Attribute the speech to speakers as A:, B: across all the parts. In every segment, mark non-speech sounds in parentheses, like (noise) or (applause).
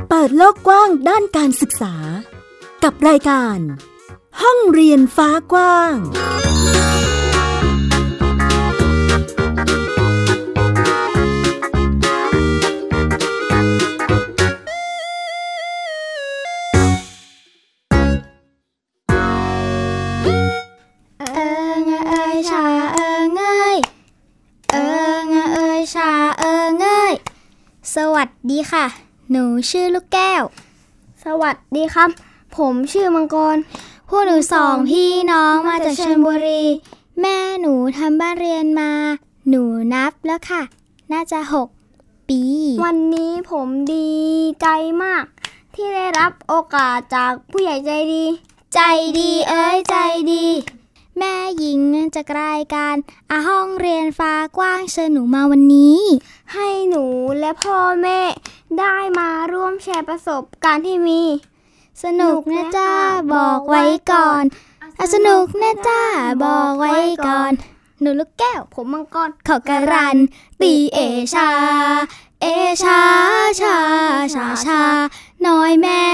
A: กว้างด้านการศึกษา กับรายการ ห้องเรียนฟ้ากว้าง
B: เอิงเอ้ยชาเอิงเอ้ยเอิงเอ้ยชาเอิงเอ้ยสวัสดีค่ะ หนูชื่อลูกแก้ว สวัสดีครับ ผมชื่อมังกร พวกหนูสองพี่น้องมาจากชลบุรี แม่หนูทำบ้านเรียนมา หนูนับแล้วค่ะ น่าจะหกปี วันนี้ผมดีใจมาก ที่ได้รับโอกาสจากผู้ใหญ่ใจดี ใจดีเอ้ยใจดี แม่หญิงจากรายการอาห้องเรียนฟ้ากว้างเชิญหนูมาวันนี้ ให้หนูและพ่อแม่ได้มาร่วมแชร์ประสบการณ์ที่มี สนุกนะจ้าบอกไว้ก่อนอะสนุกนะจ้าบอกไว้ก่อน หนูลูกแก้วผมมังกรเขาการัน ตีเอชา เอชาชาชาชา น้อยแม่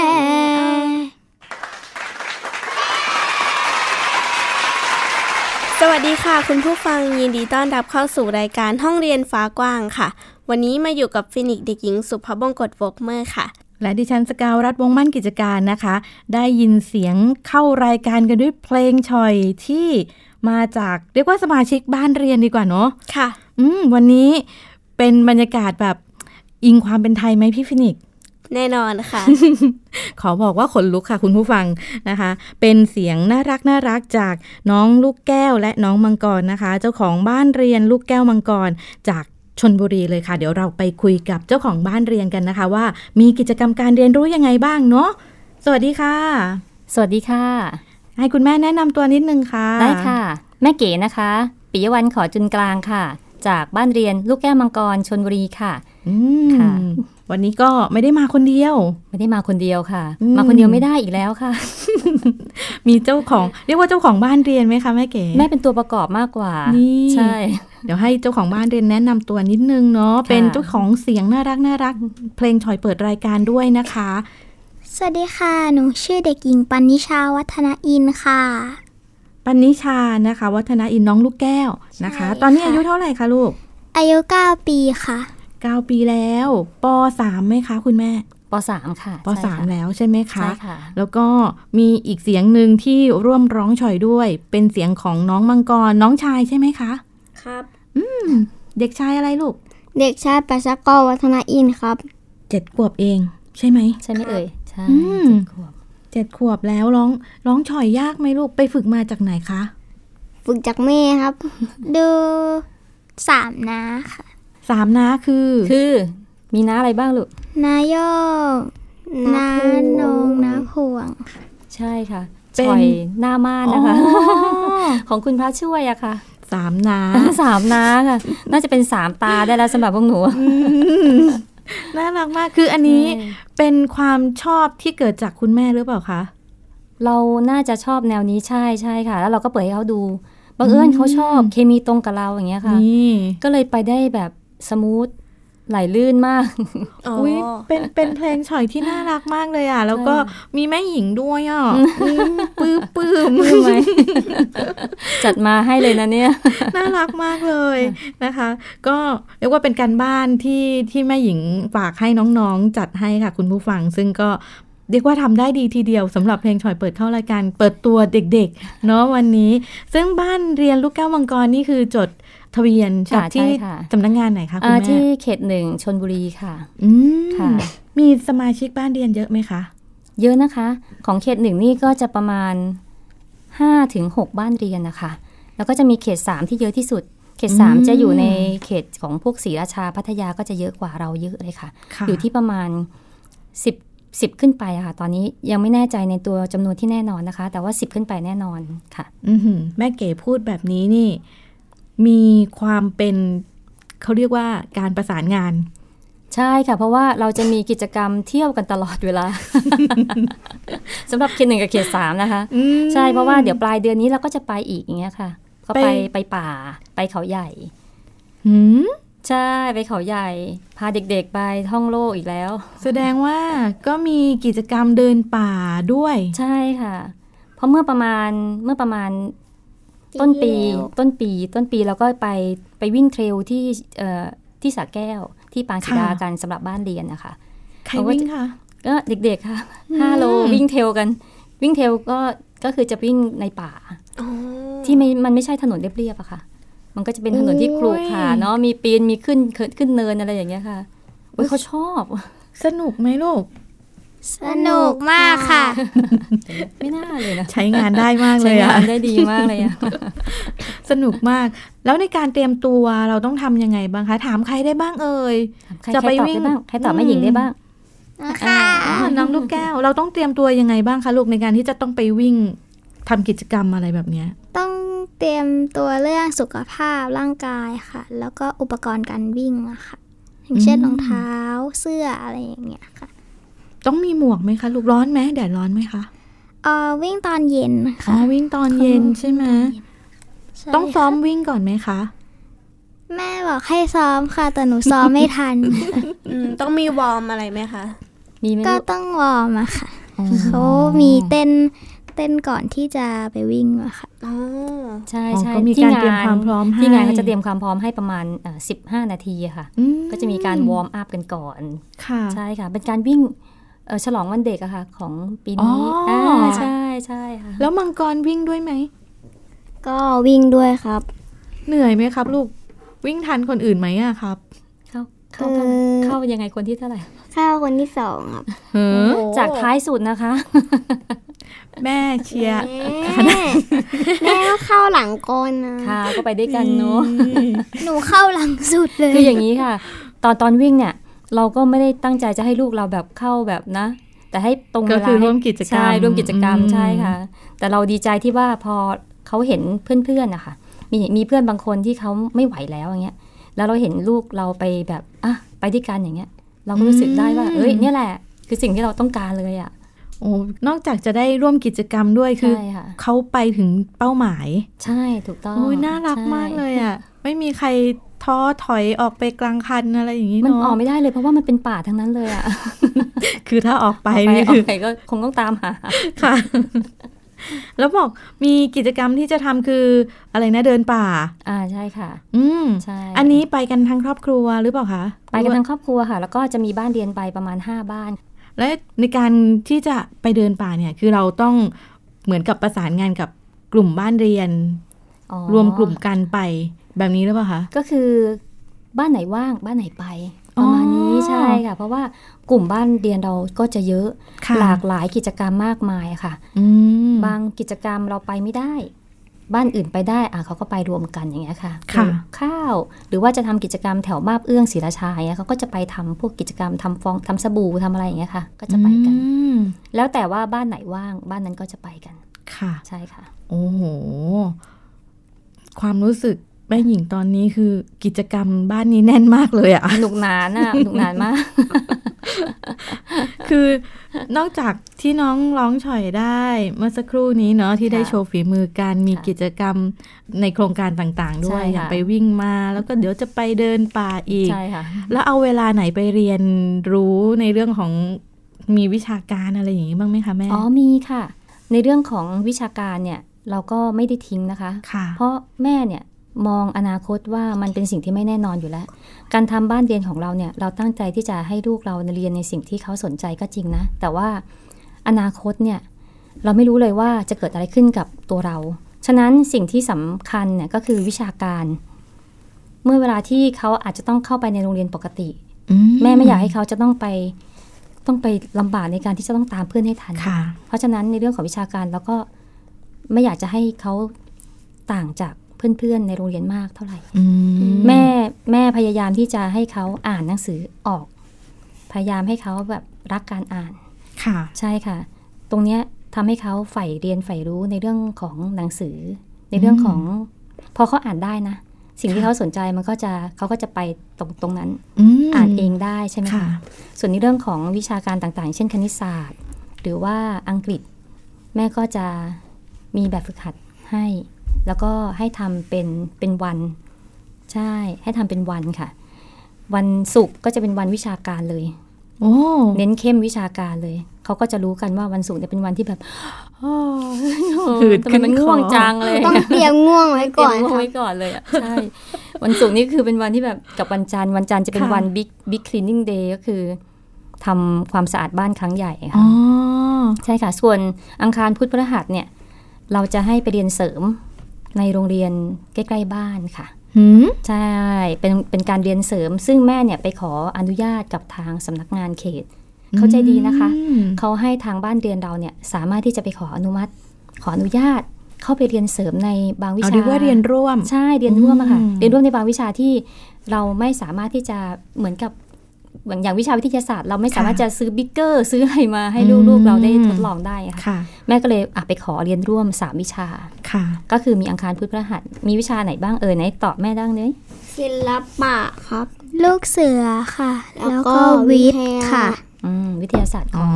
C: สวัสดีค่ะ คุณผู้ฟังยินดีต้อนรับเข้าสู่รายการห้องเรียนฟ้ากว้างค่ะ วันนี้มาอยู่กับฟินิกส์เด็กหญิงสุภบงกตโฟกเมอร์ค่ะ
D: และดิฉันสกาวรัฐวงศ์มั่นกิจการนะคะ ได้ยินเสียงเข้ารายการกันด้วยเพลงชอยที่มาจากเรียกว่าสมาชิกบ้านเรียนดีกว่าเนาะ
C: ค่ะ
D: อืมวันนี้เป็นบรรยากาศแบบอิงความเป็นไทยไหมพี่ฟินิกซ์
C: แน่นอนค่ะ
E: (laughs)
D: ขอบอกว่าขนลุกค่ะคุณผู้ฟังนะคะ เป็นเสียงน่ารักน่ารักจากน้องลูกแก้วและน้องมังกรนะคะ เจ้าของบ้านเรียนลูกแก้วมังกรจากชนบุรีเลยค่ะ เดี๋ยวเราไปคุยกับเจ้าของบ้านเรียนกันนะคะ ว่ามีกิจกรรมการเรียนรู้ยังไงบ้างเนาะสวัสดีค่ะ
E: สวัสดีค่ะ
D: ให้คุณแม่แนะนำตัวนิดนึงค่ะ
E: ได้ค่ะ แม่เก๋นะคะปิยวันขอจุนกลางค่ะ จากบ้านเรียนลูกแก้วมังกรชนบุรีค่ะ
D: อืม
E: ค่ะ
D: วันนี้ก็ไม่ได้มาคนเดียว
E: ไม่ได้มาคนเดียวค่ะ
D: อืม
E: มาคนเดียวไม่ได้อีกแล้วค่ะ
D: มีเจ้าของเรียกว่าเจ้าของบ้านเรียนไหมคะแม่เก๋
E: แม่เป็นตัวประกอบมากกว่า
D: นี่
E: ใช่
D: เดี๋ยวให้เจ้าของบ้านเรียนแนะนำตัวนิดนึงเนาะ
E: ค่ะ
D: เป็นเจ้าของเสียงน่ารักน่ารัก เพลงถอยเปิดรายการด้วยนะคะ
B: สวัสดีค่ะ หนูชื่อเด็กหญิงปณิชาวัฒนอินทร์ค่ะ
D: ปันนิชานะคะ วัฒนาอินน้องลูกแก้วนะคะ
B: ใช่ค่ะ
D: ตอนนี้อายุเท่าไหร่คะลูก
B: อายุ 9 ปีค่ะ
D: 9 ปีแล้วป .3 ไหมคะคุณแม่
E: ปสามค่ะ
D: ป
E: ใช่ค่ะ
D: .3 แล้วใช่ไหมคะ
E: ใช่ค่ะ
D: แล้วก็มีอีกเสียงหนึ่งที่ร่วมร้องฉ่อยด้วย เป็นเสียงของน้องมังกรน้องชายใช่ไหมคะ
C: ครับ
D: เด็กชายอะไรลูก
B: เด็กชายปัสกรวัฒนอินทร์ครับ
D: เจ็ดขวบเอง ใช่ไหม
E: ใช่ไหมเอ่ยใช่
D: อืม
E: เจ็ดขวบ
D: เจ็ดขวบแล้วร้องร้องฉ่อยยากไหมลูกไปฝึกมาจากไหนคะ
B: ฝึกจากแม่ครับ (laughs) ดูสามนาค่ะ
D: สามนาคือ
E: คือมีน้าอะไรบ้างลูก
B: นายกนาโนงนาพวง
E: ใช่ค่ะ
D: เป็น
E: ช่อยหน้าม่านนะคะ
D: อ
E: ของคุณพระช่วยอะค่ะ
D: สามนา
E: สามน้าค่ะ น่าจะเป็นสามตาได้แล้วสำหรับพวกหนู
D: (laughs) น่ารักมาก คืออันนี้
E: ใช่
D: เป็นความชอบที่เกิดจากคุณแม่หรือเปล่าคะ
E: เราน่าจะชอบแนวนี้ใช่ใช่ค่ะ แล้วเราก็เปิดให้เขาดูบังเอิญเขาชอบเคมีตรงกับเราอย่างเงี้ยค่ะ
D: นี่
E: ก็เลยไปได้แบบสมูทไหลลื่นมาก (laughs)
C: อ๋อ
D: อุ๊ยเป็นเป็นเพลงฉ่อยที่น่ารักมากเลยอ่ะ แล้วก็มีแม่หญิงด้วยอ่ะอืมปื้มปื้ม
E: รู้ไหม (laughs) จัดมาให้เลยนะเนี่ย
D: น่ารักมากเลยนะคะ ก็เรียกว่าเป็นการบ้านที่ที่แม่หญิงฝากให้น้องๆ จัดให้ค่ะคุณผู้ฟัง ซึ่งก็เรียกว่าทำได้ดีทีเดียวสำหรับเพลงฉ่อยเปิดเข้ารายการเปิดตัวเด็กๆ เนาะวันนี้ ซึ่งบ้านเรียนลูกแก้วมังกรนี่คือจดทะเบียนกับ
E: ค่ะใช่
D: ที่
E: ค่ะ
D: สำนักงานไหนคะคุณ
E: อ่า
D: แม่
E: ที่เขตหนึ่งชนบุรีค่ะ
D: อืม
E: ค่ะ
D: มีสมาชิกบ้านเรียนเยอะไหมคะ
E: เยอะนะคะ ของเขตหนึ่งนี่ก็จะประมาณ5ถึง6บ้านเรียนนะคะ แล้วก็จะมีเขต 3 ที่เยอะที่สุด เขต 3 จะอยู่ในเขตของพวกศรีราชาพัทยาก็จะเยอะกว่าเราเยอะเลยค่ะ
D: ค่ะ
E: อยู่ที่ประมาณ 10 10 ขึ้นไปอะค่ะ ตอนนี้ยังไม่แน่ใจในตัวจำนวนที่แน่นอนนะคะ แต่ว่า 10 ขึ้นไปแน่นอนค่ะ
D: อื้อหือแม่เก๋พูดแบบนี้นี่ มีความเป็นเขาเรียกว่าการประสานงาน
E: ใช่ค่ะ เพราะว่าเราจะมีกิจกรรมเที่ยวกันตลอดเวลา (laughs) สำหรับเขตหนึ่งกับเขตสามนะคะ ใช่เพราะว่าเดี๋ยวปลายเดือนนี้เราก็จะไปอีกอย่างเงี้ยค่ะ ก็ไป
D: ไป
E: ไปป่าไปเขาใหญ่
D: หืม
E: ใช่ไปเขาใหญ่ พาเด็กๆไปท่องโลกอีกแล้ว
D: แสดงว่าก็มีกิจกรรมเดินป่าด้วย
E: ใช่ค่ะ เพราะเมื่อประมาณเมื่อประมาณต้นปี ต้นปี ต้นปีเราก็ไปไปวิ่งเทรลที่เอ่อที่สระแก้วที่ปางศิลา
D: ค่ะ
E: กันสำหรับบ้านเรียนนะคะ
D: ใครวิ่งคะ
E: ก็เด็กๆค่ะห้าโลวิ่งเทรลกัน วิ่งเทรลก็ก็คือจะวิ่งในป่า ที่ไม่มันไม่ใช่ถนนเรียบๆอะค่ะ มันก็จะเป็นถนนที่
D: โอ้ย
E: ครุขระเนาะมีปีนมีขึ้นขึ้นขึ้นเนินอะไรอย่างเงี้ยค่ะโอ้ยเขาชอบ
D: สนุกไหมลูก
B: สนุกมากค่ะ
E: ไม่น่าเลยนะ
D: ใช้งานได้มากเล
E: ใช้
D: ย
E: งา
D: อะ
E: นได้ดีมากเลยอะ
D: (laughs) สนุกมาก แล้วในการเตรียมตัวเราต้องทำยังไงบ้างคะ ถามใครได้บ้างเอ่ย
E: ใคร
D: จะ
E: จะ
D: ไป
E: ไป
D: วิ่
E: วิ่
D: ง
E: งบ้าง ใครตอบแม่หญิงได้บ้าง
B: นะคะ
D: อ๋อน้องลูกแก้ว เราต้องเตรียมตัวยังไงบ้างคะลูกในการที่จะต้องไปวิ่งทำกิจกรรมอะไรแบบเนี้ย
B: ต้องเตรียมตัวเรื่องสุขภาพร่างกายค่ะ แล้วก็อุปกรณ์การวิ่งอะค่ะ อย่างเช่น
D: อืม
B: รองเท้าเสื้ออะไรอย่างเงี้ยค่ะ
D: ต้องมีหมวกไหมคะลูกร้อนไหมแดดร้อนไหมคะ
B: เออวิ่งตอนเย็น
D: อ๋อ
B: ค่ะ
D: วิ่งตอนเย็นใช่ไหม
B: ใช่
D: ต้องซ้อม
B: ค่ะ
D: วิ่งก่อนไหมคะ
B: แม่บอกให้ซ้อมค่ะ แต่หนูซ้อมไม่ทั (laughs) น
C: อืมต้องมีวอร์มอะไรไหมคะ
E: มีไหม
B: ก็
E: ลูก
B: ต้องวอร์มอะค่ะเขามีเต้นเต้นก่อนที่จะไปวิ่งอะค่ะ
C: อ๋อ
E: ใช่
D: อ๋อ
E: ใช่
D: ก็มี
E: ที่
D: การเตรียมความพร้อมให้
E: ที่งานเขาจะเตรียมความพร้อมให้ประมาณเอ่อ15 นาทีอะค่ะ
D: อื
E: ก็จะมีการวอร์มอัพกันก่อน
D: ค่ะ
E: ใช่ค่ะ เป็นการวิ่งเอ่อฉลองวันเด็กอะค่ะ ของปีนี้
D: อ๋ออ่
E: ่าใช่ใช่ค่ะ
D: แล้วมังกรวิ่งด้วยไหม
B: ก็วิ่งด้วยครับ
D: เหนื่อยไหมครับ ลูกวิ่งทันคนอื่นไหมอะครับ
E: เข้าเข้าเข้า
B: เอ่อ
E: เข้ายังไงคนที่เท่าไหร่
B: ข้าวคนที่สองครับ
D: เฮ้อ
E: จากท้ายสุดนะคะ
D: แม่เชียร์
B: แม่ (laughs) แม่ก็เข้าหลังกอนนะ
E: ค่ะ ก็ไปด้วยกันเนาะ
B: หนูเข้าหลังสุดเลย
E: คืออย่างนี้ค่ะ ตอนตอนวิ่งเนี่ย เราก็ไม่ได้ตั้งใจจะให้ลูกเราแบบเข้าแบบนะ แต่ให้ตรง
D: (laughs)
E: เว
D: ก็
E: ลา
D: คือร่วม
E: ให้
D: กิจกรรม
E: ใช่ร่วมกิจกรรม
D: อื
E: ใช่ค่ะ แต่เราดีใจที่ว่าพอเขาเห็นเพื่อนๆนะคะมีมีเพื่อนบางคนที่เขาไม่ไหวแล้วอย่างเงี้ย แล้วเราเห็นลูกเราไปแบบอ่ะไปด้วยกันอย่างเงี้ย เราก็รู้สึกได้ว่า เอ้ยเนี่ยแหละ คือสิ่งที่เราต้องการเลยอ่ะ
D: โอ้นอกจากจะได้ร่วมกิจกรรมด้วยคือ
E: ใช่ค่ะ
D: เขาไปถึงเป้าหมาย
E: ใช่ถูกต้อง
D: โอ้ยน่ารัก
E: ใช่
D: มากเลยอ่ะ ไม่มีใครท้อถอยออกไปกลางคันอะไรอย่างนี้
E: มัน
D: เนาะ
E: ออกไม่ได้เลยเพราะว่ามันเป็นป่าทั้งนั้นเลยอ่ะ
D: คือถ้าออกไป
E: ออกไป
D: นี่
E: ออ
D: คื
E: ก
D: อ
E: ไปก็คงต้องตามหา
D: ค่ะ (laughs) แล้วบอกมีกิจกรรมที่จะทำคืออะไรนะเดินป่า
E: อ่าใช่ค่ะ
D: อืม
E: ใช่
D: อันนี้ไปกันทั้งครอบครัวหรือเปล่าคะ
E: ไปกันทั้งครอบครัวค่ะ แล้วก็จะมีบ้านเรียนไปประมาณ 5 บ้าน
D: และในการที่จะไปเดินป่าเนี่ย คือเราต้องเหมือนกับประสานงานกับกลุ่มบ้านเรียน
E: อ๋อ
D: รวมกลุ่มกันไปแบบนี้หรือเปล่าคะ
E: ก็คือบ้านไหนว่างบ้านไหนไป ประมาณนี้
D: อ๋อ
E: ใช่ค่ะ เพราะว่ากลุ่มบ้านเรียนเราก็จะเยอะหลากหลายกิจกรรมมากมายค่ะ
D: อืม
E: บางกิจกรรมเราไปไม่ได้ บ้านอื่นไปได้อ่ะเขาก็ไปรวมกันอย่างเงี้ยค่ะ
D: ค่ะ
E: ปลูกข้าว หรือว่าจะทำกิจกรรมแถวมาบเอื้องศรีราชาอย่างเงี้ยเขาก็จะไปทำพวกกิจกรรมทำฟองทำสบู่ทำอะไรอย่างเงี้ยค่ะ ก็จะไปกัน
D: อืม
E: แล้วแต่ว่าบ้านไหนว่างบ้านนั้นก็จะไปกัน
D: ค่ะ
E: ใช่ค่ะ
D: โอ้โห ความรู้สึกแม่หญิงตอนนี้คือกิจกรรมบ้านนี้แน่นมากเลยอะ
E: หนุกหนานอ่ะหนุกหนานมาก
D: คือนอกจากที่น้องร้องฉ่อยได้เมื่อสักครู่นี้เนาะที่ได้
E: ค่ะ
D: โชว์ฝีมือการมี
E: ค่ะ
D: กิจกรรมในโครงการต่างๆ ด้วย
E: ใช่ค่ะ
D: อย่างไปวิ่งมา แล้วก็เดี๋ยวจะไปเดินป่าอีก
E: ใช่ค่ะ
D: แล้วเอาเวลาไหนไปเรียนรู้ในเรื่องของมีวิชาการอะไรอย่างนี้บ้างไหมคะแม่
E: อ๋อมีค่ะ ในเรื่องของวิชาการเนี่ยเราก็ไม่ได้ทิ้งนะคะ
D: ค่ะ
E: เพราะแม่เนี่ยมองอนาคตว่ามันเป็นสิ่งที่ไม่แน่นอนอยู่แล้ว การทำบ้านเรียนของเราเนี่ยเราตั้งใจที่จะให้ลูกเราเรียนในสิ่งที่เขาสนใจก็จริงนะ แต่ว่าอนาคตเนี่ยเราไม่รู้เลยว่าจะเกิดอะไรขึ้นกับตัวเรา ฉะนั้นสิ่งที่สำคัญเนี่ยก็คือวิชาการ เมื่อเวลาที่เขาอาจจะต้องเข้าไปในโรงเรียนปกติ
D: อื
E: แม่ไม่อยากให้เขาจะต้องไปต้องไปลำบากในการที่จะต้องตามเพื่อนให้ทัน
D: ค่ะ
E: เพราะฉะนั้นในเรื่องของวิชาการเราก็ไม่อยากจะให้เขาต่างจากเพื่อนๆในโรงเรียนมากเท่าไหร่
D: อืม
E: แม่แม่พยายามที่จะให้เขาอ่านหนังสือออก พยายามให้เขาแบบรักการอ่าน
D: ค่ะ
E: ใช่ค่ะ ตรงเนี้ยทำให้เขาใฝ่เรียนใฝ่รู้ในเรื่องของหนังสือ ในเรื่องของ พอเขาอ่านได้นะ สิ่งที่เขาสนใจมันก็จะเขาก็จะไปตรงตรงนั้น
D: ม
E: อ่านเองได้ใช่ไหม
D: ค่ะ
E: คะ ส่วนในเรื่องของวิชาการต่างๆ เช่นคณิตศาสตร์ หรือว่าอังกฤษ แม่ก็จะมีแบบฝึกหัดให้ แล้วก็ให้ทำเป็นเป็นวัน ใช่ ให้ทำเป็นวันค่ะ วันศุกร์ก็จะเป็นวันวิชาการเลย
D: โอ้
E: เน้นเข้มวิชาการเลย เขาก็จะรู้กันว่าวันศุกร์เนี่ยเป็นวันที่แบบอ้อ
D: หืด
E: ทำ
D: ขึ้น
E: ไมมันง่วง
D: คอ
E: จังเลย
B: ต้องเตรียมง่วงไว้ก่อน
E: เตรียมง่
B: ค่ะ
E: วงไว้ก่อนเลยอะใช่ วันศุกร์นี่คือเป็นวันที่แบบกับวันจันทร์วันจันทร์จะเป็น
D: ค่ะ
E: วันบิ๊กบิ๊กคลีนนิ่งเดย์ก็คือทำความสะอาดบ้านครั้งใหญ่
D: อ๋
E: ค่ะ
D: อ
E: ใช่ค่ะ ส่วนอังคารพุธพฤหัสเนี่ย เราจะให้ไปเรียนเสริมในโรงเรียนใกล้ๆบ้านค่ะ
D: หืม
E: ใช่ เป็น เป็นการเรียนเสริม ซึ่งแม่เนี่ยไปขออนุญาตกับทางสำนักงานเขต เขาใจดีนะคะ
D: อืม
E: เขาให้ทางบ้านเรียนเราเนี่ยสามารถที่จะไปขออนุมัติ ขออนุญาตเข้าไปเรียนเสริมในบางวิ
D: เอา
E: ชา
D: เรียกว่าเรียนร่วม
E: ใช่เรียนร่วมอะค่ะ
D: อืม
E: เรียนร่วมในบางวิชาที่เราไม่สามารถที่จะเหมือนกับเหมือนอย่างวิชาวิทยาศาสตร์ เราไม่สามารถจะซื้อบิ๊กเกอร์ซื้ออะไรมาให้ลูกๆเราได้ทดลองได้อะค่ะ
D: ค่ะ
E: แม่ก็เลยอ่ะไปขอเรียนร่วมสามวิชา
D: ค่ะ
E: ก็คือมีอังคารพุธพฤหัสมีวิชาไหนบ้างเอ่ยไหนตอบแม่ดังเลย
F: ศิลปะครับ
B: ลูกเสือค่ะ
F: แล้
B: แล้ว
F: วก็
B: ก็วิทย์ค่ะ
F: วิทยา
E: อืมวิทยาศาสตร์ข
D: อ๋
E: อ
D: อ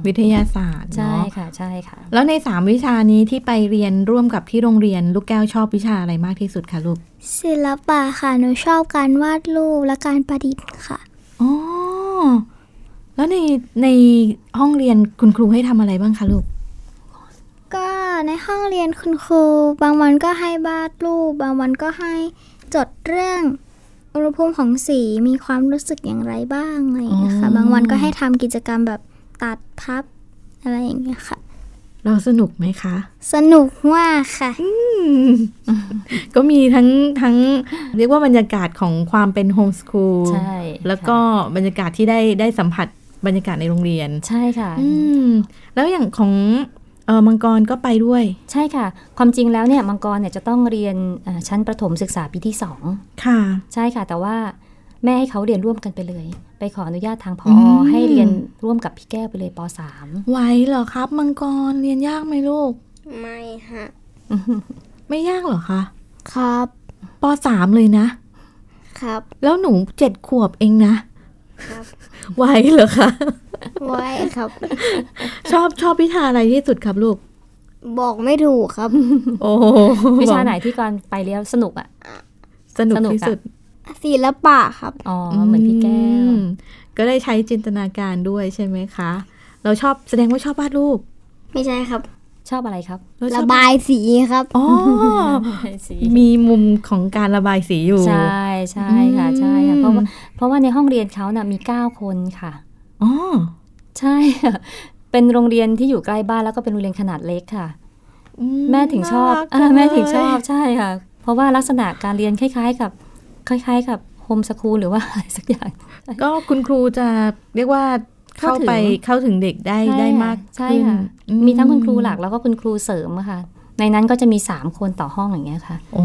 E: ง
D: วิทยาศาสตร์
E: ใช่
D: เนาะ
E: ค่ะใช่ค่ะ
D: แล้วในสามวิชานี้ที่ไปเรียนร่วมกับที่โรงเรียนลูกแก้วชอบวิชาอะไรมากที่สุดคะลูก
B: ศิลปะค่ะ หนูชอบการวาดรูปและการประดิษฐ์ค่ะ
D: อ๋อ แล้วในในห้องเรียนคุณครูให้ทำอะไรบ้างคะลูก
B: ก็ในห้องเรียนคุณครู บางวันก็ให้วาดรูป บางวันก็ให้จดเรื่อง อุณหภูมิของสีมีความรู้สึกอย่างไรบ้างอะไรอย่างเงี้ยค่ะ
D: อ๋อ
B: บางวันก็ให้ทำกิจกรรมแบบตัดพับอะไรอย่างเงี้ยค่ะ
D: เราสนุกไหมคะ
B: สนุกมากค่ะ
D: (laughs) ก็มีทั้งทั้งเรียกว่าบรรยากาศของความเป็นโฮมสคูล
E: ใช่
D: แล้วก็บรรยากาศที่ได้ได้สัมผัสบรรยากาศในโรงเรียน
E: ใช่ค่ะ
D: อืม แล้วอย่างของเออมังกรก็ไปด้วย
E: ใช่ค่ะ ความจริงแล้วเนี่ยมังกรเนี่ยจะต้องเรียนเอ่อชั้นประถมศึกษาปีที่
D: ค่ะ
E: 2 ใช่ค่ะ แต่ว่าแม่ให้เขาเรียนร่วมกันไปเลย ไปขออนุญาตทางพอ
D: อืม
E: ให้เรียนร่วมกับพี่แก้วไปเลยป .3
D: ไหวเหรอครับ มังกรเรียนยากไหมลูก
F: ไม่ฮะ
D: ไม่ยากเหรอคะ
F: ครับ
D: ปสามเลยนะ
F: ครับ
D: แล้วหนูเจ็ดขวบเองนะครับ ไหวเหรอคะ
F: ไว้ครับ
D: ชอบชอบวิชาอะไรที่สุดครับลูก
F: บอกไม่ถูกครับ
D: โอ้โห
E: วิชาไหนที่ก่อนไปเรียนสนุกอ่ะ
D: สนุก
E: สนุก
D: ที่
E: อะ
D: สุด
F: ศิลปะครับ
E: อ๋อเหมือนพี่แก้ว
D: อืมก็ได้ใช้จินตนาการด้วยใช่ไหมคะ เราชอบแสดงว่าชอบวาดรูป
F: ไม่ใช่ครับ
E: ชอบอะไรครับ
D: เาช
F: ระ
D: อบบ
F: ายสีครับ
D: อ๋อ
E: สี
D: มีมุมของการระบายสีอยู่
E: ใช่ใช่ค่ะใช่ค่ะ
D: อืม
E: เพราะว่าเพราะว่าในห้องเรียนเขาน่ะมี 9 คนค่ะ
D: อ๋อ
E: ใช่ค่ะเป็นโรงเรียนที่อยู่ใกล้บ้านแล้วก็เป็นโรงเรียนขนาดเล็กค่ะ แม่ถึงชอบอ่าแม่ถึงชอบใช่ค่ะ เพราะว่าลักษณะการเรียนคล้ายๆกับ คล้าย ๆ กับโฮมสคูลหรือว่า อะไรสักอย่าง
D: ก็คุณครูจะเรียกว่าเข้า
E: เข้าถึง
D: ไปเข้าถึงเด็กได้
E: ใช่ค่ะ
D: ได้มาก
E: ใช่
D: ขึ้น
E: ค่ะ
D: อื
E: มีทั้งคุณครูหลักแล้วก็คุณครูเสริมอะค่ะ ในนั้นก็จะมี 3 คนต่อห้องอย่างเงี้ยค่ะ
D: โอ้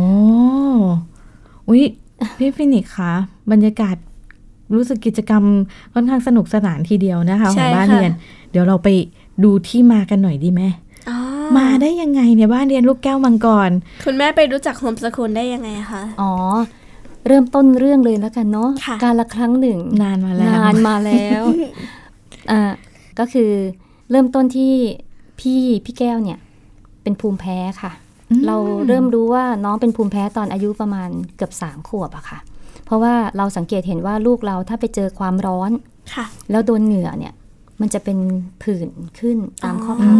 D: อุ๊ยพี่ฟินิกส์คะบรรยากาศรู้สึกกิจกรรมค่อนข้างสนุกสนานทีเดียวนะคะข
C: ใช่
D: องบ้าน
C: ค่ะ
D: เรียน เดี๋ยวเราไปดูที่มากันหน่อยดีไหม มาได้ยังไงเนี่ยบ้านเรียนลูกแก้วมังกร
C: คุณแม่ไปรู้จักโฮมสกูลได้ยังไงคะ
E: อ๋อ เริ่มต้นเรื่องเลยแล้วกันเนาะ
C: ค่ะ
E: การละครั้งหนึ่ง
D: นานมาแล้ว
E: นานมาแล้วอ่าก็คือเริ่มต้นที่พี่พี่แก้วเนี่ย เป็นภูมิแพ้ค่ะ
D: อืม
E: เราเริ่มรู้ว่าน้องเป็นภูมิแพ้ตอนอายุประมาณเกือบสามขวบอะค่ะ เพราะว่าเราสังเกตเห็นว่าลูกเราถ้าไปเจอความร้อน
C: ค่ะ
E: แล้วโดนเหงื่อเนี่ย มันจะเป็นผื่นขึ้นตามข้อ
C: อ๋
E: พับ
C: อ
D: อื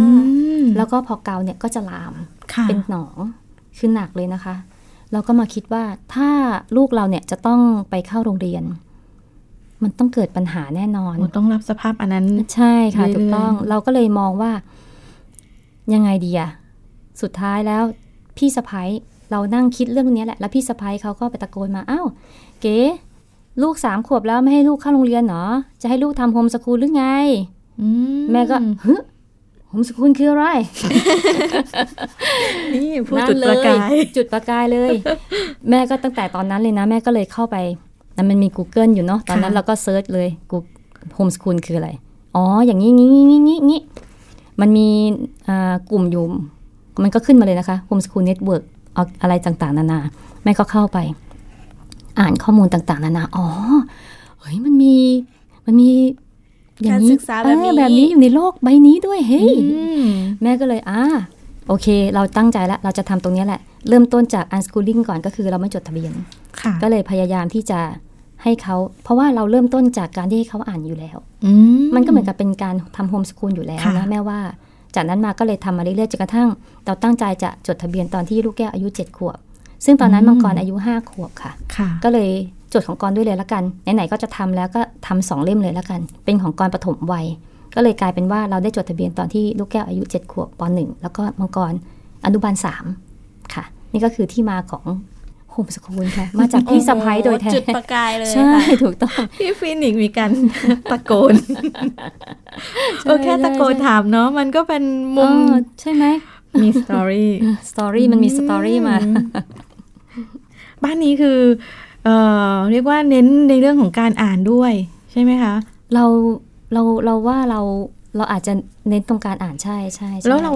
D: ม
E: แล้วก็พอเกาเนี่ยก็จะลาม
D: ค่ะ
E: เป็นหนองคือหนักเลยนะคะ เราก็มาคิดว่าถ้าลูกเราเนี่ยจะต้องไปเข้าโรงเรียน มันต้องเกิดปัญหาแน่นอน
D: โอ้ต้องรับสภาพอันนั้น
E: ใช่ค่ะ
D: เรื่อยๆ
E: ถูกต้องเราก็เลยมองว่า ยังไงดีอะสุดท้ายแล้ว พี่สะพ้ยเรานั่งคิดเรื่องเนี้ยแหละ แล้วพี่สะพ้ยเขาก็ไปตะโกนมาอ้าวเก๋ลูกสามขวบแล้วไม่ให้ลูกเข้าโรงเรียนเหรอจะให้ลูกทำโฮมสกูลหรือไง
D: อื
E: แม่ก็ฮึโฮมสกูลคืออะไร
D: นี่ผู้
E: นั่น
D: จุดประกาย
E: เลจุดประกายเลย แม่ก็ตั้งแต่ตอนนั้นเลยนะ แม่ก็เลยเข้าไปนะมันมี Google อยู่เนาะตอนนั้นเราก็เซิร์ชเลยกูโฮมสกูลคืออะไร อ๋อ อย่างนี้งี้งี้งี้งี้มันมีอ่ากลุ่มอยู่ มันก็ขึ้นมาเลยนะคะโฮมสกูลเน็ตเวิร์กอะไรต่างๆ นานา แม่ก็เข้าไป อ่านข้อมูลต่างๆ นานาอ๋อเฮ้ยมันมีมันมีอย่าง
C: การศึ
E: นี้
C: กษาแบบนี้
E: เออแบบนี้อยู่ในโลกใบนี้ด้วยเฮ้ย
D: อืม
E: แม่ก็เลย อ่า โอเค เราตั้งใจแล้ว เราจะทำตรงเนี้ยแหละ เริ่มต้นจาก unschooling ก่อนก็คือเราไม่จดทะเบียน
D: ค่ะ
E: ก็เลยพยายามที่จะ ให้เขา เพราะว่าเราเริ่มต้นจากการที่ให้เขาอ่านอยู่แล้ว
D: อื
E: มันก็เหมือนกับเป็นการทำโฮมสกูลอยู่แล้ว
D: ค่ะ
E: นะแม่ว่า จากนั้นมาก็เลยทำมาเรื่อยๆจนกระทั่ง เราตั้งใจจะจดทะเบียนตอนที่ลูกแก้วอายุ 7 ขวบ ซึ่งตอนนั้นมังกรอายุ 5 ขวบค่ะ
D: ค่ะ
E: ก็เลยจดของกรด้วยเลยละกัน ไหนๆก็จะทำแล้วก็ทำสองเล่มเลยละกัน เป็นของกรปฐมวัย ก็เลยกลายเป็นว่าเราได้จดทะเบียนตอนที่ลูกแก้วอายุ7ขวบป .1 แล้วก็มังกรอนุบาล 3 ค่ะ นี่ก็คือที่มาของโฮมสกูลค่ะ มาจากพี่สะพ้ายโดยแท้
C: จุดประกายเลย
E: ใช่
C: ค่ะ
E: ถูกต้อง
D: พี่ฟินิกซ์มีการ (laughs) ตะโก
E: (laughs)
D: นโอเคตะโกน
E: ใช่
D: ถามเนาะมันก็เป็นมุ
E: เอ
D: ม
E: อใช่ไหม
D: มีสตอรี่
E: สตอรี่มันมีสตอรี่มา
D: บ้านนี้คือเอ่อเรียกว่าเน้นในเรื่องของการอ่านด้วย ใช่ไหมคะ
E: เราเราเราว่าเราเราอาจจะเน้นตรงการอ่านใช่ใช่ใช่
D: แล้วเรา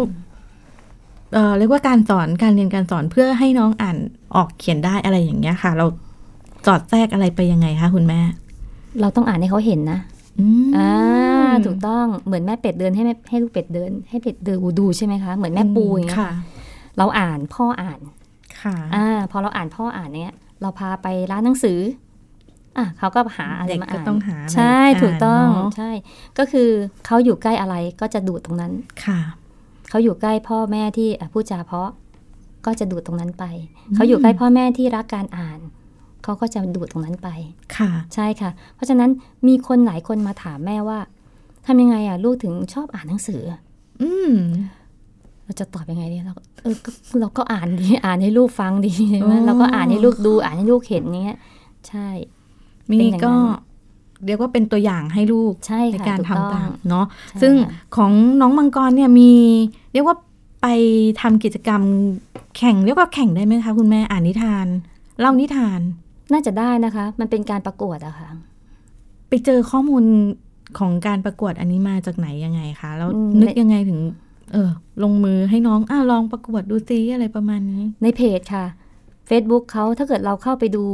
D: เอ่อเรียกว่าการสอนการเรียนการสอนเพื่อให้น้องอ่านออกเขียนได้อะไรอย่างเงี้ยค่ะ เราสอดแทรกอะไรไปยังไงคะคุณแม่
E: เราต้องอ่านให้เขาเห็นนะ
D: อืม
E: อ่าถูกต้องเหมือนแม่เป็ดเดินให้แม่ให้ลูกเป็ดเดิน ให้เป็ดเดินดูใช่ไหมคะเหมือนแม่ปูอย่างเงี้ย
D: ค่ะ
E: เราอ่านพ่ออ่าน
D: ค่ะ
E: อ่าพอเราอ่านพ่ออ่านเนี้ยเราพาไปร้านหนังสืออ่ะเขาก็หาอะไร
D: เด็ก
E: มา
D: ก็
E: อ่าน
D: ต้องหาอะไร
E: ใช่
D: อ่าน
E: ถูกต้อง
D: เนอะ
E: ใช่ ก็คือเขาอยู่ใกล้อะไรก็จะดูดตรงนั้น
D: ค่ะ
E: เขาอยู่ใกล้พ่อแม่ที่อ่ะพูดจาเพราะก็จะดูดตรงนั้นไปเขาอยู่ใกล้พ่อแม่ที่รักการอ่านเขาก็จะดูดตรงนั้นไป
D: ค่ะ
E: ใช่ค่ะ เพราะฉะนั้นมีคนหลายคนมาถามแม่ว่าทำยังไงอ่ะลูกถึงชอบอ่านหนังสือ
D: อืม
E: เราจะตอบยังไงดีเราก็เออก็เราก็อ่านดี (laughs) อ่านให้ลูกฟังดีใช่ไหมเราก็อ่านให้ลูกดูอ่านให้ลูกเห็นอย่างเงี้ยใช่ เป็น
D: มี
E: อย่างนั้น
D: ก็เรียกว่าเป็นตัวอย่างให้ลูก
E: ใช่ค่ะ
D: นการ
E: ถูกต้อง
D: ทำตามเนาะ
E: ใช่
D: ซึ่ง
E: ค่ะ
D: ของน้องมังกรเนี่ยมี เรียกว่าไปทำกิจกรรมแข่งเรียกว่าแข่งได้ไหมคะคุณแม่อ่านนิทาน เล่านิทาน
E: น่าจะได้นะคะ มันเป็นการประกวดอะค่ะ
D: ไปเจอข้อมูลของการประกวดอันนี้มาจากไหนยังไงคะแล้ว
E: อืม
D: นึกยังไงถึง เออ ลงมือให้น้องอ่ะลองประกวดดูซิอะไรประมาณนี้
E: ในเพจค่ะ Facebook เขาถ้าเกิดเราเข้าไปดู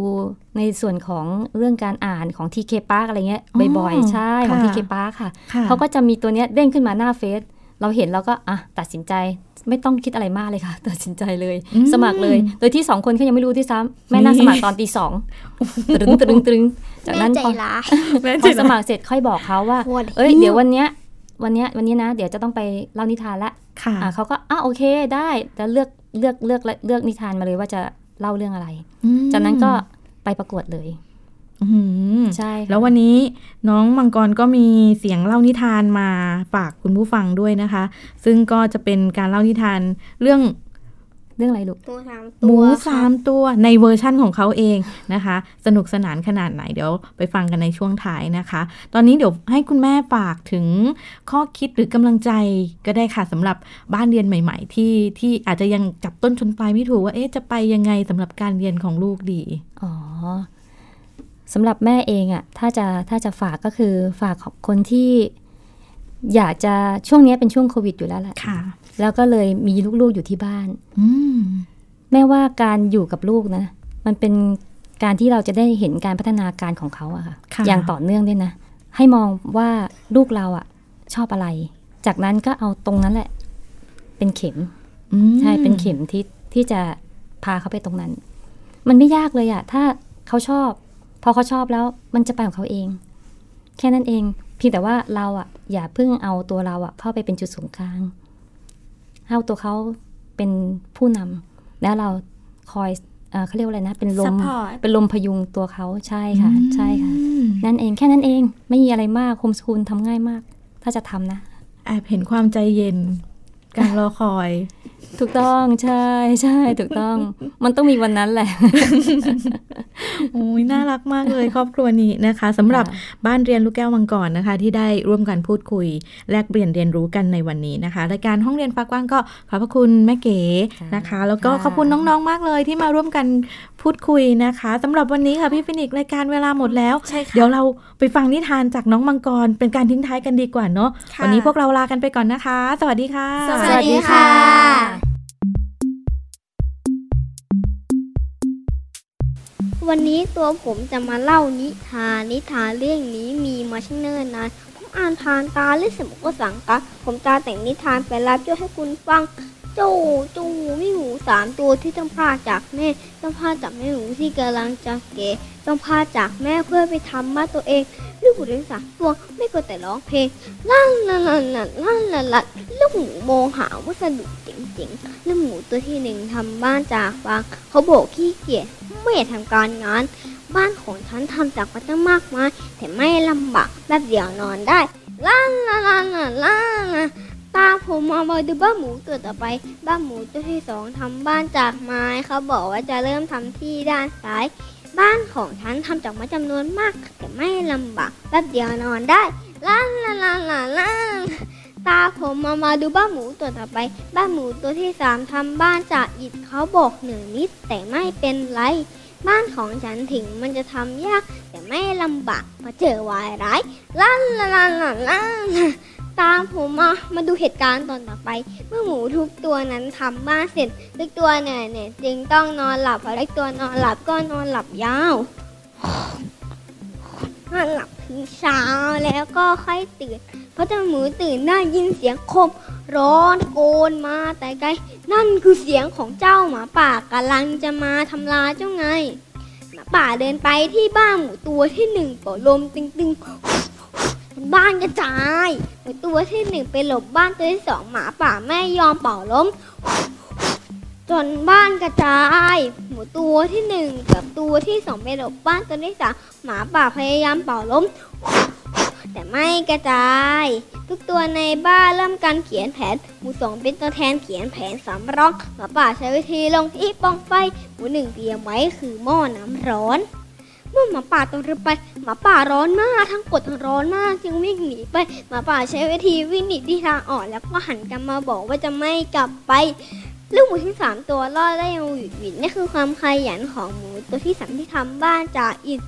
E: ในส่วนของเรื่องการอ่านของ TK Park อะไรเงี้ย
D: อ๋อ
E: บ่อยๆ ใช่ของ
D: ค่ะ
E: TK Park ค่ะ
D: ค่ะ
E: เขาก็จะมีตัวเนี้ยเด้งขึ้นมาหน้าเฟซ เราเห็นเราก็อ่ะตัดสินใจไม่ต้องคิดอะไรมากเลยค่ะ (laughs) ตัดสินใจเลย
D: อืม
E: สมัครเลย โดยที่สองคนเขายังไม่รู้ที่ซ้ำแม่นั่งสมัครตอนตีสองตรึงตรึงตรึงจาก
B: แม่
E: นั้น
B: ใจ
E: พอ
B: ร้าย
D: แม่
E: พ
D: เจ๋
E: อง สมัครเสร็จค่อยบอกเขาว่า
B: โคตร
E: เอ้ยเดี๋ยววันเนี้ยวันเนี้ยวันนี้นะ เดี๋ยวจะต้องไปเล่านิทานละ
D: ค่ะ
E: อ่ะเขาก็อ่ะโอเคได้แล้วเลือกเลือกเลือกเลือกนิทานมาเลยว่าจะเล่าเรื่องอะไร
D: อืม
E: จากนั้นก็ไปประกวดเลย
D: อื้อหือ
E: ใช่ค่ะ
D: แล้ววันนี้น้องมังกรก็มีเสียงเล่านิทานมาฝากคุณผู้ฟังด้วยนะคะ ซึ่งก็จะเป็นการเล่านิทานเรื่อง
E: เรื่องอะไรลูก
F: หมูสามตั
D: หมู
F: ว
D: สามตัวในเวอร์ชั่นของเขาเองนะคะ สนุกสนานขนาดไหนเดี๋ยวไปฟังกันในช่วงท้ายนะคะ ตอนนี้เดี๋ยวให้คุณแม่ฝากถึงข้อคิดหรือกำลังใจก็ได้ค่ะสำหรับบ้านเรียนใหม่ ๆ ที่ที่อาจจะยังจับต้นชนปลายไม่ถูกว่าเอ๊ะจะไปยังไงสำหรับการเรียนของลูกดี
E: อ๋อสำหรับแม่เองอะ่ะถ้าจะถ้าจะฝากก็คือฝากขอบคนที่ อยากจะช่วงเนี้ยเป็นช่วงโควิดอยู่แล้วแหละ
D: ค่ะ
E: แล้วก็เลยมีลูกๆอยู่ที่บ้าน
D: อืม
E: แม่ว่าการอยู่กับลูกนะ มันเป็นการที่เราจะได้เห็นการพัฒนาการของเขาอะค่ะ
D: ค่ะ
E: อย่างต่อเนื่องด้วยนะ ให้มองว่าลูกเราอะชอบอะไร จากนั้นก็เอาตรงนั้นแหละ เป็นเข็ม
D: อืม
E: ใช่ เป็นเข็มทิศที่จะพาเขาไปตรงนั้น มันไม่ยากเลยอะถ้าเขาชอบ พอเขาชอบแล้วมันจะไปของเขาเอง แค่นั้นเองเพียงแต่ว่าเราอะอย่าเพิ่งเอาตัวเราอะเข้าไปเป็นจุดศูนย์กลางเอาตัวเขาเป็นผู้นำแล้วเราคอยเอ่อเขาเรียกว่าอะไรนะ เป็นลม
C: Support
E: เป็นลมพยุงตัวเขาใช่ค่ะ ใช่ค่ะ
D: อืม
E: นั่นเองแค่นั้นเองไม่มีอะไรมากโฮมสกูลทำง่ายมาก ถ้าจะทำนะ
D: แอบเห็นความใจเย็น การรอคอย
E: ถูกต้องใช่ใช่ถูกต้อง มันต้องมีวันนั้นแหละ
D: โอ้ยน่ารักมากเลยครอบครัวนี้นะคะสำหรับบ้านเรียนลูกแก้วมังกรนะคะ ที่ได้ร่วมกันพูดคุย แลกเปลี่ยนเรียนรู้กันในวันนี้นะคะรายการห้องเรียนฟ้ากว้างก็ขอบพระคุณแม่เก๋นะคะ แล้วก็
E: ค่ะ
D: ขอบคุณน้องๆมากเลยที่มาร่วมกันพูดคุยนะคะสำหรับวันนี้ค่ะพี่ฟินิกส์รายการเวลาหมดแล้ว
C: ใช่ค่ะ
D: เดี๋ยวเราไปฟังนิทานจากน้องมังกร เป็นการทิ้งท้ายกันดีกว่าเนาะ
C: ค่ะ
D: วันนี้พวกเราลากันไปก่อนนะคะ สวัสดีค่ะ
F: สวัสดีค่ะ วันนี้ตัวผมจะมาเล่านิทานนิทานเรื่องนี้มีมาชเนิ่นนานผมอ่านทานตาเล่นสมุกสังกะผมจะแต่งนิทานไปรับช่วยให้คุณฟัง จูจูมีหมูสามตัวที่ต้องพรากจากแม่ ต้องพรากจากแม่หมูที่กำลังจะเก๋ต้องพรากจากแม่เพื่อไปทำมาตัวเองลูกหมูทั้งสามตัวไม่กวแต่ร้องเพลงลั่นลั่นลั่นลั่นลั่นลั่นลั่นลูกหมูมองหาวัสดุจริงๆลูกหมูตัวที่หนึ่งทำบ้านจากฟางเขาโบกขี้เกียจไม่อยากทำการงาน บ้านของฉันทำจากวัสดุมากมายแต่ไม่ลำบากแบบเดียวนอนได้ลั่นลั่นลั่นลั่นลั่นลั่น ตาผมมองไปดูบ้านหมูตัวต่อไป บ้านหมูตัวที่สองทำบ้านจากไม้เขาบอกว่าจะเริ่มทำที่ด้านซ้าย บ้านของฉันทำจากไม้จำนวนมาก แต่ไม่ลำบากแป๊บเดียวนอนได้ล่าล่าล่าล่าล่าตาผมมองมาดูบ้านหมูตัวต่อไป บ้านหมูตัวที่สามทำบ้านจากอิฐเขาบอกหนึ่งนิดแต่ไม่เป็นไร บ้านของฉันถึงมันจะทำยาก แต่ไม่ลำบากเพราะเจอวายร้ายล่าล่าล่าล่าล่า ตามผมมามาดูเหตุการณ์ตอนต่อไป เมื่อหมูทุกตัวนั้นทำบ้านเสร็จทุกตัวเนี่ยเนี่ยจึงต้องนอนหลับพอเล็กตัวนอนหลับก็นอนหลับยา (sighs) วนอนหลับถึงเช้าแล้วก็ค่อยตื่นเพราะเจ้าหมูตื่นได้ยินเสียงโคมร้อนโกนมาแต่ไกลนั่นคือเสียงของเจ้าหมาป่ากำลังจะมาทำลายเจ้าไงหมาป่าเดินไปที่บ้านหมูตัวที่หนึ่งเป่าลมตึงๆบ้านกระจาย หมูตัวที่หนึ่งไปหลบบ้านตัวที่สองหมาป่าไม่ยอมเป่าล้ม จนบ้านกระจาย หมูตัวที่หนึ่งกับตัวที่สองไปหลบบ้านตัวที่สามหมาป่าพยายามเป่าล้ม แต่ไม่กระจาย ทุกตัวในบ้านเริ่มการเขียนแผน หมูสองเป็นตัวแทนเขียนแผนสำรองหมาป่าใช้วิธีลงที่ปล่องไฟ หมูหนึ่งเตรียมไว้คือหม้อน้ำร้อน เมื่อหมาป่าตกเรือไปหมาป่าร้อนมากทั้งกดทั้งร้อนมากจึงวิ่งหนีไปหมาป่าใช้วิธีวิ่งหนีที่ทางออกแล้วก็หันกลับมาบอกว่าจะไม่กลับไป ลูกหมูทั้งสามตัวรอดได้อยังหวุดหวิดนี่คือความขยันของหมูตัวที่สามที่ทำบ้านจากอิฐ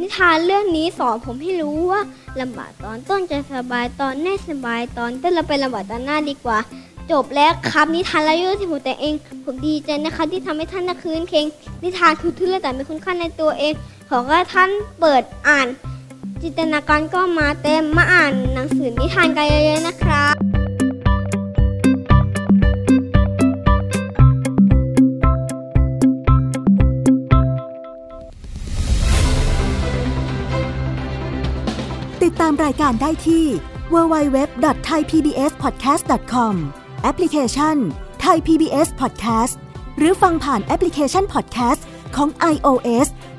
F: นิทานเรื่องนี้สอนผมให้รู้ว่าลำบากตอนต้นจะสบายตอนแน่สบายตอนต้นเราไปลำบากตอนหน้าดีกว่า จบแล้วครับนิทานและเรื่องที่ผมแต่งเอง ผมดีใจนะครับที่ทำให้ท่านนักคืนเคงนิทานคือทุเรื่องแต่มีคุณค่าในตัวเอง ขอให้ท่านเปิดอ่าน จินตนาการก็มาเต็มมาอ่านหนังสือนิทานกันเยอะๆนะครับ
A: ติดตามรายการได้ที่ www.thaipbspodcast.com แอปพลิเคชัน Thai PBS Podcast หรือฟังผ่านแอปพลิเคชัน Podcast ของ iOS